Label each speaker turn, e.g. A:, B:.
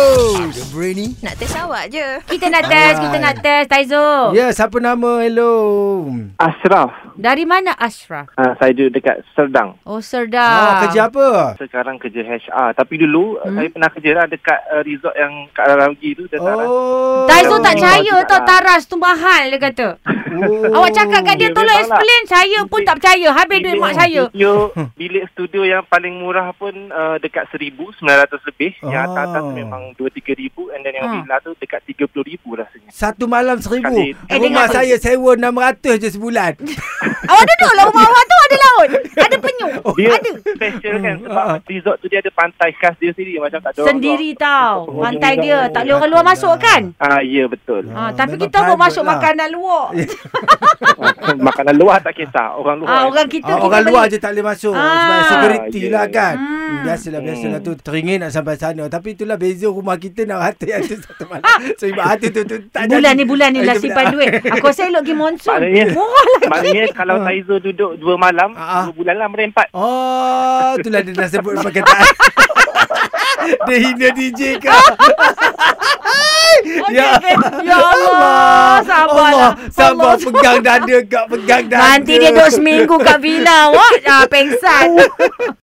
A: Terus Ada berani
B: Nak test awak je.
C: Kita nak test, kita nak test Taizo. Yeah.
A: Ya siapa nama Hello
D: Ashraf.
C: Dari mana Ashraf?
D: Ha, saya dulu dekat Serdang.
A: ah.
C: Oh Serdang.
A: Kerja apa
D: Sekarang kerja HR. Tapi dulu hmm? saya pernah kerja lah dekat uh, resort yang kat Raragi tu. Dan Taras.
A: Oh
C: Taizo tak
D: Oh,
C: percaya
D: tidak.
C: tau Taras tu mahal dia kata.
A: oh.
C: Awak cakap kat dia
D: Dia
C: tolong
D: memang
C: explain saya pun tak percaya. Habis duit
D: Bilik
C: mak saya.
D: Studio, bilik studio yang paling murah pun uh, dekat RM1,900 lebih. Oh. Yang
A: Oh.
D: atas-atas memang RM2,000-RM3,000. And then yang
C: Ha.
D: villa tu dekat RM30,000 rasanya.
A: Satu malam seribu
D: Kali-
C: Eh,
A: Rumah
C: dengar tu.
A: saya sewa enam ratus je sebulan
C: Awak duduklah rumah awak tu ada laut. Ada penyu.
A: Oh,
D: Dia
C: Ada.
D: special kan sebab
A: Ha.
D: resort tu dia ada pantai khas dia sendiri. Macam tak ada orang
C: Sendiri
D: luar.
A: Oh,
C: tau.
D: Pengunjung
C: Pantai
D: tak
C: dia.
D: boleh.
C: Tak boleh orang luar masuk kan?
D: Ah, ya betul.
A: Ha.
C: Ha, tapi
A: memang
C: kita buat
A: private
C: masuk
A: lah.
C: makanan luar.
D: Ah, Makanan luar tak kisah. Orang luar.
C: Ah, orang kita
A: Ah,
C: kita
A: Orang
C: beli.
A: luar je tak boleh masuk
C: Ah.
A: Sebab security
D: Ah,
A: lah
D: ya.
A: kan
C: Hmm.
A: Biasalah Biasalah
D: Hmm.
A: tu Teringin nak sampai sana Tapi itulah beza rumah kita Nak hati hati satu malam Sebab hati tu, tu tak
C: Ah. Bulan
A: jadi.
C: ni bulan ni
A: Ah,
C: lah
A: itu
C: simpan
A: bulan.
C: duit. Aku rasa elok pergi monsun.
D: Maknanya,
C: Murah lah.
D: maknanya kalau
A: Ha.
D: Taizo duduk dua malam,
A: Ah, ah.
D: dua bulan lah merempat.
A: Oh, itulah dia dah sebut perkataan. dia hina DJ ke?
C: Okey,
A: Ya.
C: okey. Ya Allah. Sabarlah.
A: Allah, sabar pegang dada kak, pegang dada. Oh.
C: Nanti dia duduk seminggu kat villa awak. Ah, pengsan.